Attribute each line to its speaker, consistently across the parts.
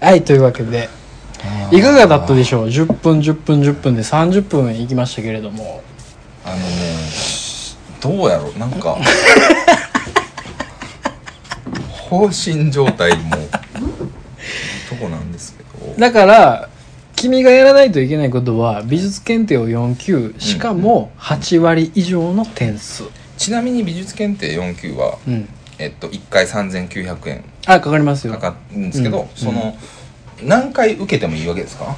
Speaker 1: はいというわけでいかがだったでしょう10分10分10分で30分いきましたけれども
Speaker 2: あのねどうやろうなんか放心状態もいいとこなんですけど
Speaker 1: だから君がやらないといけないことは美術検定を4級しかも8割以上の点数
Speaker 2: ちなみに美術検定4級は、
Speaker 1: うん
Speaker 2: えっと、1回3900円
Speaker 1: あかかりますよ
Speaker 2: かかるんですけど、
Speaker 1: うん
Speaker 2: その、何回受けてもいいわけですか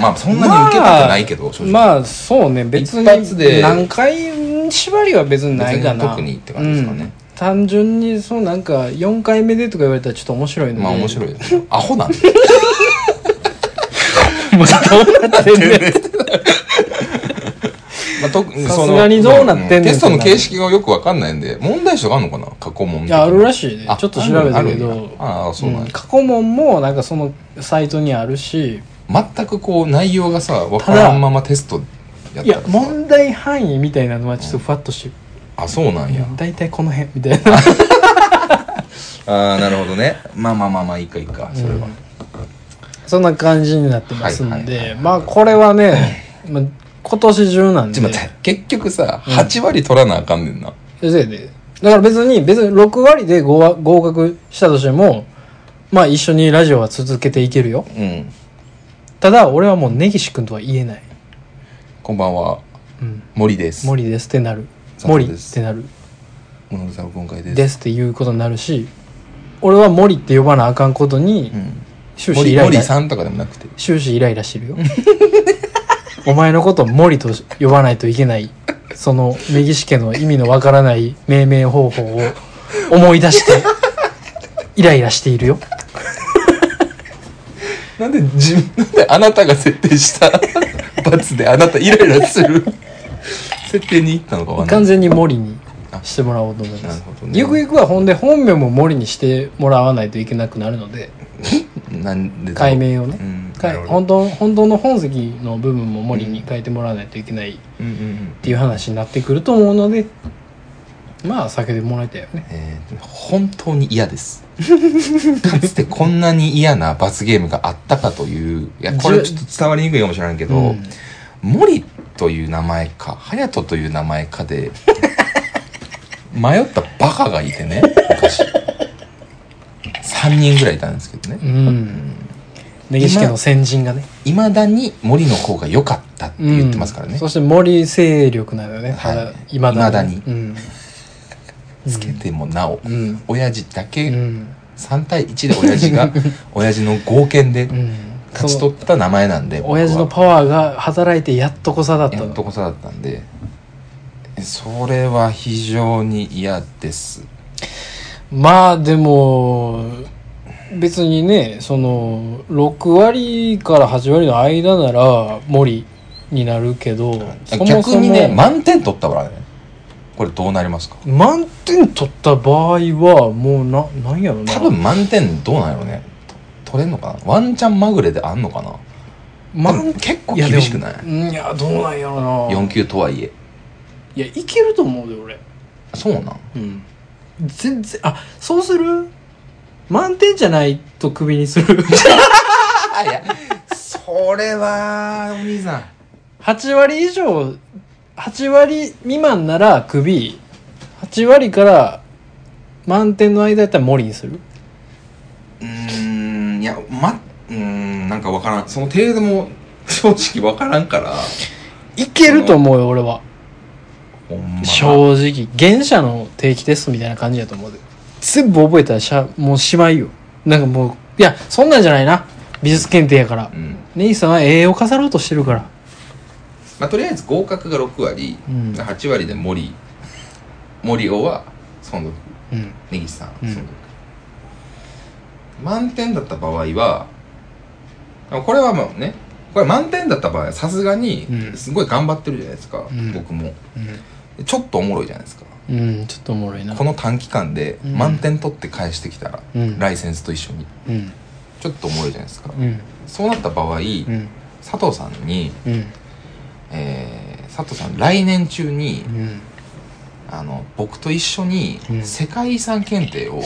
Speaker 2: まあそんなに受けたくないけど、正直、
Speaker 1: まあそうね別
Speaker 2: 一発で
Speaker 1: に何回うん縛りは別にないかな
Speaker 2: 別に特にって感じですかね
Speaker 1: うん単純にそうなんか4回目でとか言われたらちょっと面白いので
Speaker 2: まあ 面白いですねアホなんで
Speaker 1: もうどうなってんねん
Speaker 2: まあ特に
Speaker 1: さすがにどうなってんねん
Speaker 2: テストの形式がよくわかんないんで問題集があるのかな過去問
Speaker 1: いやあるらしいね
Speaker 2: あ
Speaker 1: ちょっと調べたけ
Speaker 2: あるん
Speaker 1: ど
Speaker 2: やああそうなん
Speaker 1: うん
Speaker 2: や
Speaker 1: 過去問もなんかそのサイトにあるし
Speaker 2: 全くこう内容がさわからんままテストやっ
Speaker 1: い
Speaker 2: たら
Speaker 1: や
Speaker 2: さ
Speaker 1: 問題範囲みたいなのはちょっとふわっとしてる
Speaker 2: あそうなんや
Speaker 1: 大体この辺みたい な
Speaker 2: ああなるほどねまあまあまあまあいいかいいかそれは、
Speaker 1: そんな感じになってますん
Speaker 2: はいはい
Speaker 1: でまあこれはね まあ今年中なんで
Speaker 2: ちょっと待って結局さ8割取らなあかんねんな、
Speaker 1: 先生でだから別に別に6割で合わ合格したとしてもまあ一緒にラジオは続けていけるよ
Speaker 2: うん
Speaker 1: ただ俺はもう根岸君とは言えない、
Speaker 2: こんばんは
Speaker 1: うん、
Speaker 2: 森です
Speaker 1: 森ですってなる
Speaker 2: 佐藤
Speaker 1: 森っ
Speaker 2: です
Speaker 1: てなる
Speaker 2: 物草今回です
Speaker 1: ですっていうことになるし俺は森って呼ばなあかんことに
Speaker 2: うん、
Speaker 1: 終始イ
Speaker 2: 森
Speaker 1: ライ
Speaker 2: 森
Speaker 1: ラ
Speaker 2: さんとかでもなくて
Speaker 1: 終始イライラしてるよ お前のことを森と呼ばないといけないその右し家の意味のわからない命名方法を思い出 してイライラしているよ
Speaker 2: なんで自なんであなたが設定した 罰であなたイライラす る設定に行ったのかわかん
Speaker 1: 完
Speaker 2: ない
Speaker 1: 全に森にしてもらおうと思います
Speaker 2: なるほどね
Speaker 1: ゆくゆくはほんで本名も森にしてもらわないといけなくなるので
Speaker 2: なんでだろう
Speaker 1: 解明をね、
Speaker 2: うん
Speaker 1: かい
Speaker 2: なるほど
Speaker 1: 本当本当の本籍の部分も森に変えてもらわないといけないっ
Speaker 2: うんうんうん
Speaker 1: ていう話になってくると思うのでまあ避けてもらいたいよね
Speaker 2: えー本当に嫌ですかつてこんなに嫌な罰ゲームがあったかといういやこれちょっと伝わりにくいかもしれないけど、
Speaker 1: うん
Speaker 2: 森という名前か隼人という名前かで 迷ったバカがいてね昔3人ぐらいいたんですけど
Speaker 1: う
Speaker 2: ね
Speaker 1: ん根岸家の先人がね
Speaker 2: いまだに森の方が良かったって言ってますから
Speaker 1: う
Speaker 2: ね、
Speaker 1: んそして森勢力なのよねただ
Speaker 2: はい
Speaker 1: いまだ
Speaker 2: 未
Speaker 1: に
Speaker 2: つけてもなお、
Speaker 1: うんうん
Speaker 2: 親父だけ、
Speaker 1: うん
Speaker 2: 3対1で親父 が親父の合憲で
Speaker 1: うん
Speaker 2: 勝ち取った名前なんで僕は
Speaker 1: 親父のパワーが働いてやっとこさだった
Speaker 2: や
Speaker 1: の
Speaker 2: っとこさだったんでそれは非常に嫌です
Speaker 1: まあでも別にねその6割から8割の間なら森になるけどそもそも
Speaker 2: 逆にね満点取ったからねこれどうなりますか
Speaker 1: 満点取った場合はもうななんやろな
Speaker 2: 多分満点どうなんやろうねと取れんのかなワンチャンまぐれであんのかな
Speaker 1: 満
Speaker 2: 多分結構
Speaker 1: いや
Speaker 2: 厳しくない
Speaker 1: でもうんいやどうなんやろな
Speaker 2: 4級とはいえ
Speaker 1: いやいけると思うで俺
Speaker 2: そうなん
Speaker 1: うん全然あそうする満点じゃないとクビにする
Speaker 2: あいやそれはお兄さん
Speaker 1: 8割以上8割未満ならクビ8割から満点の間やったら森にする
Speaker 2: うーんいやまうーんなんかわからんその程度も正直わからんから
Speaker 1: いけると思うよ俺は
Speaker 2: ほんま
Speaker 1: 正直原社の定期テストみたいな感じやと思うで全部覚えたらしゃもうしまいよなんかもういやそんなんじゃないな美術検定やから
Speaker 2: うん
Speaker 1: 姉さんは栄養かさろうとしてるから
Speaker 2: まあ、とりあえず合格が6割、
Speaker 1: うん
Speaker 2: 8割で森森尾は孫徳
Speaker 1: うん
Speaker 2: 根岸さん
Speaker 1: うん
Speaker 2: 孫徳、満点だった場合はこれはもうねこれ満点だった場合はさすがに
Speaker 1: うん
Speaker 2: すごい頑張ってるじゃないですか、
Speaker 1: ん
Speaker 2: 僕も
Speaker 1: うん
Speaker 2: ちょっとおもろいじゃないですか
Speaker 1: うん、ちょっとおもろいな
Speaker 2: こ。の短期間で
Speaker 1: うん
Speaker 2: 満点取って返してきたら、
Speaker 1: うん
Speaker 2: ライセンスと一緒に
Speaker 1: うん、
Speaker 2: ちょっとおもろいじゃないですか、
Speaker 1: うん、
Speaker 2: そうなった場合、
Speaker 1: うん、
Speaker 2: 佐藤さんに、
Speaker 1: うん、
Speaker 2: えー佐藤さん来年中に、
Speaker 1: うん。
Speaker 2: あの僕と一緒に
Speaker 1: うん
Speaker 2: 世界遺産検定を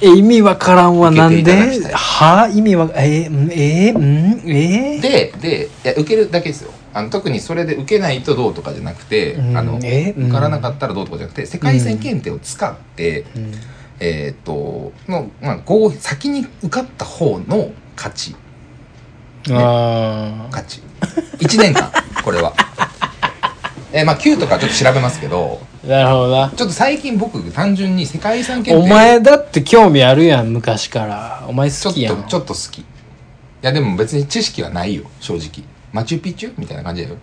Speaker 1: え意味わからんは
Speaker 2: 受け
Speaker 1: な
Speaker 2: て
Speaker 1: ん
Speaker 2: いただきたい
Speaker 1: では意味わえー、うんえー、うんえー、
Speaker 2: ででいや受けるだけですよあの特にそれで受けないとどうとかじゃなくて、
Speaker 1: うん
Speaker 2: あの
Speaker 1: えうん
Speaker 2: 受からなかったらどうとかじゃなくて世界線検定を使って、
Speaker 1: うん
Speaker 2: えーっとの、まあ、合先に受かった方の勝ち
Speaker 1: ああ
Speaker 2: 勝ち1年間 これはえーまあ9とかちょっと調べますけど
Speaker 1: なるほどな
Speaker 2: ちょっと最近僕単純に世界遺産検
Speaker 1: お
Speaker 2: 定
Speaker 1: 前だって興味あるやん昔からお前
Speaker 2: ち
Speaker 1: 好
Speaker 2: ょっ
Speaker 1: きや
Speaker 2: と
Speaker 1: ん
Speaker 2: ちょっと好きいやでも別に知識はないよ正直マチュピチュみたいな感じだよ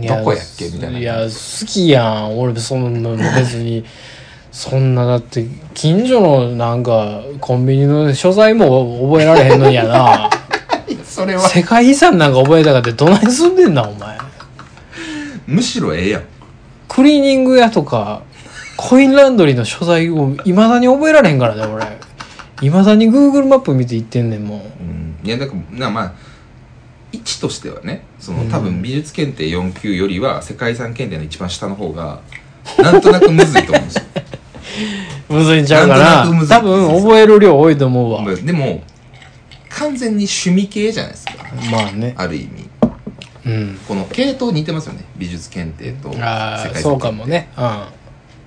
Speaker 1: いや
Speaker 2: どこやっけみたいな感じ
Speaker 1: いや好きやん俺そんなの別に そんなだって近所のなんかコンビニの所在も覚えられへんのにやな
Speaker 2: それは
Speaker 1: 世界遺産なんか覚えたかってどないすんねんなお前
Speaker 2: むしろええやん
Speaker 1: クリーニング屋とかコインランドリーの所在をいまだに覚えられへんからね俺いまだに Google マップ見て行ってんねんもん
Speaker 2: うんいやだからなまあ位置としてはねそうの
Speaker 1: ん
Speaker 2: 多分美術検定4級よりは世界遺産検定の一番下の方がなんとなくむずいと思うんですよ
Speaker 1: むずいんちゃうか
Speaker 2: なんとな
Speaker 1: な
Speaker 2: くむずい
Speaker 1: 多分覚える量多いと 思うわ
Speaker 2: まあでも完全に趣味系じゃないですか
Speaker 1: まあね
Speaker 2: ある意味
Speaker 1: うん
Speaker 2: この系統似てますよね美術検定と世
Speaker 1: あ
Speaker 2: 界
Speaker 1: あ
Speaker 2: 遺産検定
Speaker 1: そうかもね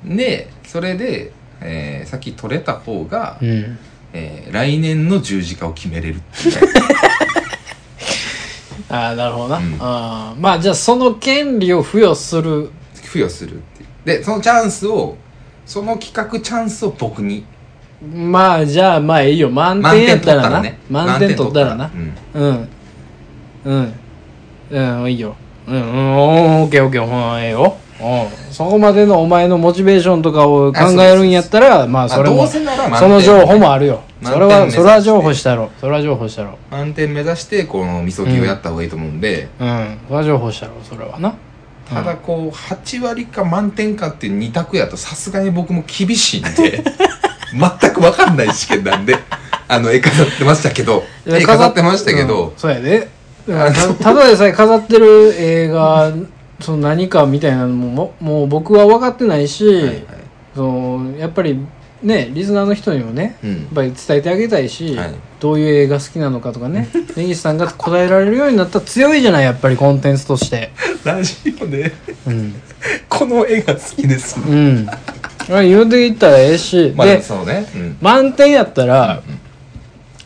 Speaker 2: でそれで、えーさっき取れた方が、
Speaker 1: うん、うん、
Speaker 2: えー来年の十字架を決めれるっていうね
Speaker 1: ああなるほどな、
Speaker 2: うん
Speaker 1: あーまあじゃあその権利を付与する
Speaker 2: 付与するっていうでそのチャンスをその企画チャンスを僕に
Speaker 1: まあじゃあまあいいよ満
Speaker 2: 満
Speaker 1: 点や
Speaker 2: 点
Speaker 1: っ
Speaker 2: 取
Speaker 1: た
Speaker 2: っ
Speaker 1: ら
Speaker 2: たら
Speaker 1: な
Speaker 2: ね
Speaker 1: 満点取ったらな
Speaker 2: 満点取っ
Speaker 1: うんうんうんいいようんうんおーオッケーオッケーうんええようんそこまでのお前のモチベーションとかを考えるんやったらまあ
Speaker 2: あ
Speaker 1: それも
Speaker 2: どうせなら満点
Speaker 1: その情報もあるよ
Speaker 2: 満
Speaker 1: そ
Speaker 2: 点
Speaker 1: れ
Speaker 2: 目
Speaker 1: は
Speaker 2: 指して
Speaker 1: それは情報したろそれは情報したろ
Speaker 2: たら満点目指してこのみそぎをやった方がいいと思うんで、
Speaker 1: うんそれは情報したろそれはな
Speaker 2: ただこう8割か満点かっていう2択やとさすがに僕も厳しいんで 全く分かんない試験なんで あの絵飾ってましたけど絵飾ってましたけ
Speaker 1: う
Speaker 2: ど
Speaker 1: ん、そうやでだか
Speaker 2: あ
Speaker 1: ら
Speaker 2: の
Speaker 1: たただでさえ飾ってる映画その何かみたいなのもももう僕は分かってないし、
Speaker 2: はいはい
Speaker 1: そのやっぱりねリスナーの人にもね
Speaker 2: う
Speaker 1: やっ
Speaker 2: ん、
Speaker 1: ぱり伝えてあげたいし、
Speaker 2: はい
Speaker 1: どういう映画好きなのかとか ね根岸さんが答えられるようになったら強いじゃないやっぱりコンテンツと して
Speaker 2: ラジオで
Speaker 1: うん、
Speaker 2: この絵が好きです
Speaker 1: うん、言うていったらええし、
Speaker 2: まあで
Speaker 1: で
Speaker 2: もそうね、うん
Speaker 1: 満点やったら、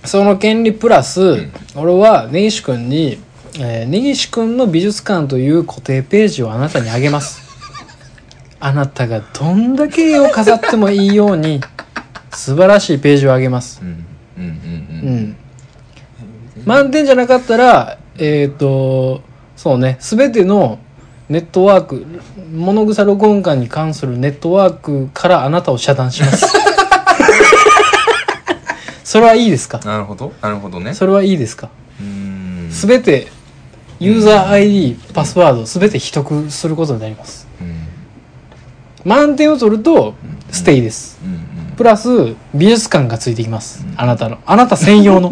Speaker 1: その権利プラス、
Speaker 2: ん
Speaker 1: 俺は根岸君に、えー根岸君の美術館という固定ページをあなたにあげます あなたがどんだけ絵を飾ってもいいように素晴らしいページをあげます
Speaker 2: うんうんうん
Speaker 1: う
Speaker 2: うん
Speaker 1: ん満点じゃなかったらえっ、とそうね全てのネットワーク物草録音館に関するネットワークからあなたを遮断しますそれはいいですか
Speaker 2: なるほどなるほどね
Speaker 1: それはいいですか
Speaker 2: うーん
Speaker 1: 全てユーザー ID パスワード全て取得することになります
Speaker 2: うん
Speaker 1: 満点を取るとステイです
Speaker 2: うんうん
Speaker 1: プラス美術館がついてきますあなたのあなた専 用の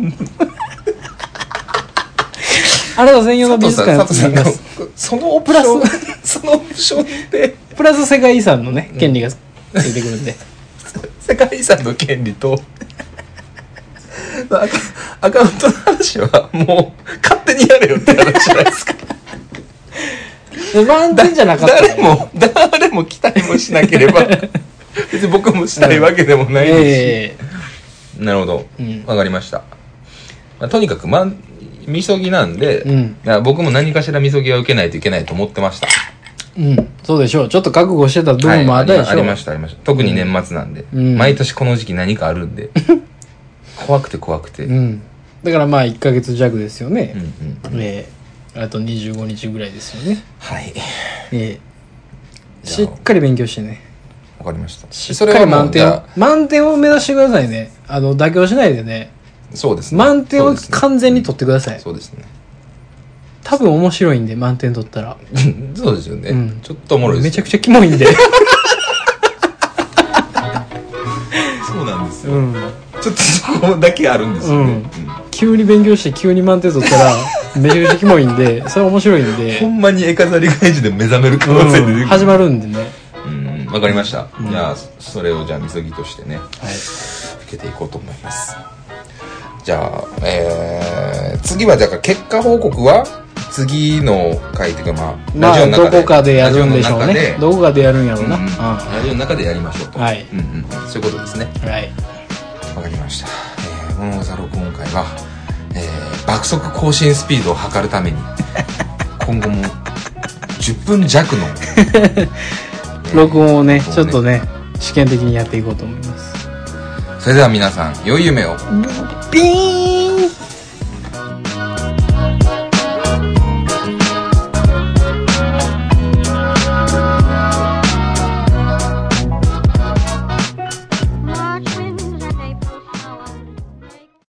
Speaker 1: あなた専用の美
Speaker 2: 佐藤
Speaker 1: 術
Speaker 2: さん
Speaker 1: 館が
Speaker 2: 佐
Speaker 1: ついて
Speaker 2: 藤さん
Speaker 1: きます
Speaker 2: そのオプションそのオプションで
Speaker 1: プラス世界遺産のね権利がついてくるんで、
Speaker 2: 世界遺産の権利とアカアカウントの話はもう勝手にやれよって話じゃないですか
Speaker 1: で満点じゃなかったら
Speaker 2: 誰も誰も期待もしなけれ ば別に僕もしたいわけでもないですし、
Speaker 1: ええ
Speaker 2: なるほど、
Speaker 1: うん
Speaker 2: わかりました、まあとにかく、まん、みそぎなんで、
Speaker 1: うん
Speaker 2: だから僕も何かしらみそぎは受けないといけないと思ってました
Speaker 1: うんそうでしょうちょっと覚悟してた部分もあったでしょ
Speaker 2: はいありまありましたありました特に年末なんで、
Speaker 1: うん
Speaker 2: 毎年この時期何かあるん で怖くて怖くて、
Speaker 1: うん、だからまあ1ヶ月弱ですよ
Speaker 2: う
Speaker 1: ね、
Speaker 2: んうん
Speaker 1: ええあと25日ぐらいですよね
Speaker 2: はい
Speaker 1: ええ
Speaker 2: じ
Speaker 1: し
Speaker 2: ゃあ
Speaker 1: っかり勉強してね
Speaker 2: わかりました
Speaker 1: し
Speaker 2: そ
Speaker 1: っ
Speaker 2: れ
Speaker 1: か
Speaker 2: は
Speaker 1: り
Speaker 2: もう
Speaker 1: 満
Speaker 2: じ
Speaker 1: 点を
Speaker 2: ゃ
Speaker 1: 満点を目指してくださいねあの妥協しないでね
Speaker 2: あそうですね
Speaker 1: 満点を完全に取
Speaker 2: 取
Speaker 1: ってください、
Speaker 2: そうですね
Speaker 1: 多分面白いんで満点取ったら
Speaker 2: そうですよね、
Speaker 1: うん
Speaker 2: ちょっとおもろい
Speaker 1: め
Speaker 2: で
Speaker 1: ち
Speaker 2: す
Speaker 1: ゃくちゃキモいん で
Speaker 2: そうなんですよ
Speaker 1: うん
Speaker 2: ちょっとそこだけあるんですよね、
Speaker 1: うん
Speaker 2: うん
Speaker 1: 急に勉強して急に満点取った らめちゃくちゃキモいんでそれ面白いん
Speaker 2: ほ
Speaker 1: で、
Speaker 2: んまに絵飾り返しで目覚める可能性出てく
Speaker 1: うん
Speaker 2: る
Speaker 1: 始まるんでね
Speaker 2: うんわかりました、じゃあそれをじゃあみそぎとしてね
Speaker 1: はい
Speaker 2: 受けていこうと思いますじゃあ、えー、次はだから結果報告は次の回というかまあ、
Speaker 1: まあどこかでやるんでしょう
Speaker 2: ラジオの
Speaker 1: ね
Speaker 2: 中で
Speaker 1: どこかでやるんやろうな、
Speaker 2: うん
Speaker 1: うん
Speaker 2: うんラジオの中でやりましょうと、
Speaker 1: はい
Speaker 2: うんうん、そういうことですね
Speaker 1: はい
Speaker 2: わかりました、えー、このザ録音会は、えー爆速更新スピードを測る ために今後も10分弱の
Speaker 1: 録音をね
Speaker 2: 録音ね
Speaker 1: ちょっとね試験的にやっていこうと思います
Speaker 2: それでは皆さん良い夢を
Speaker 1: ピーン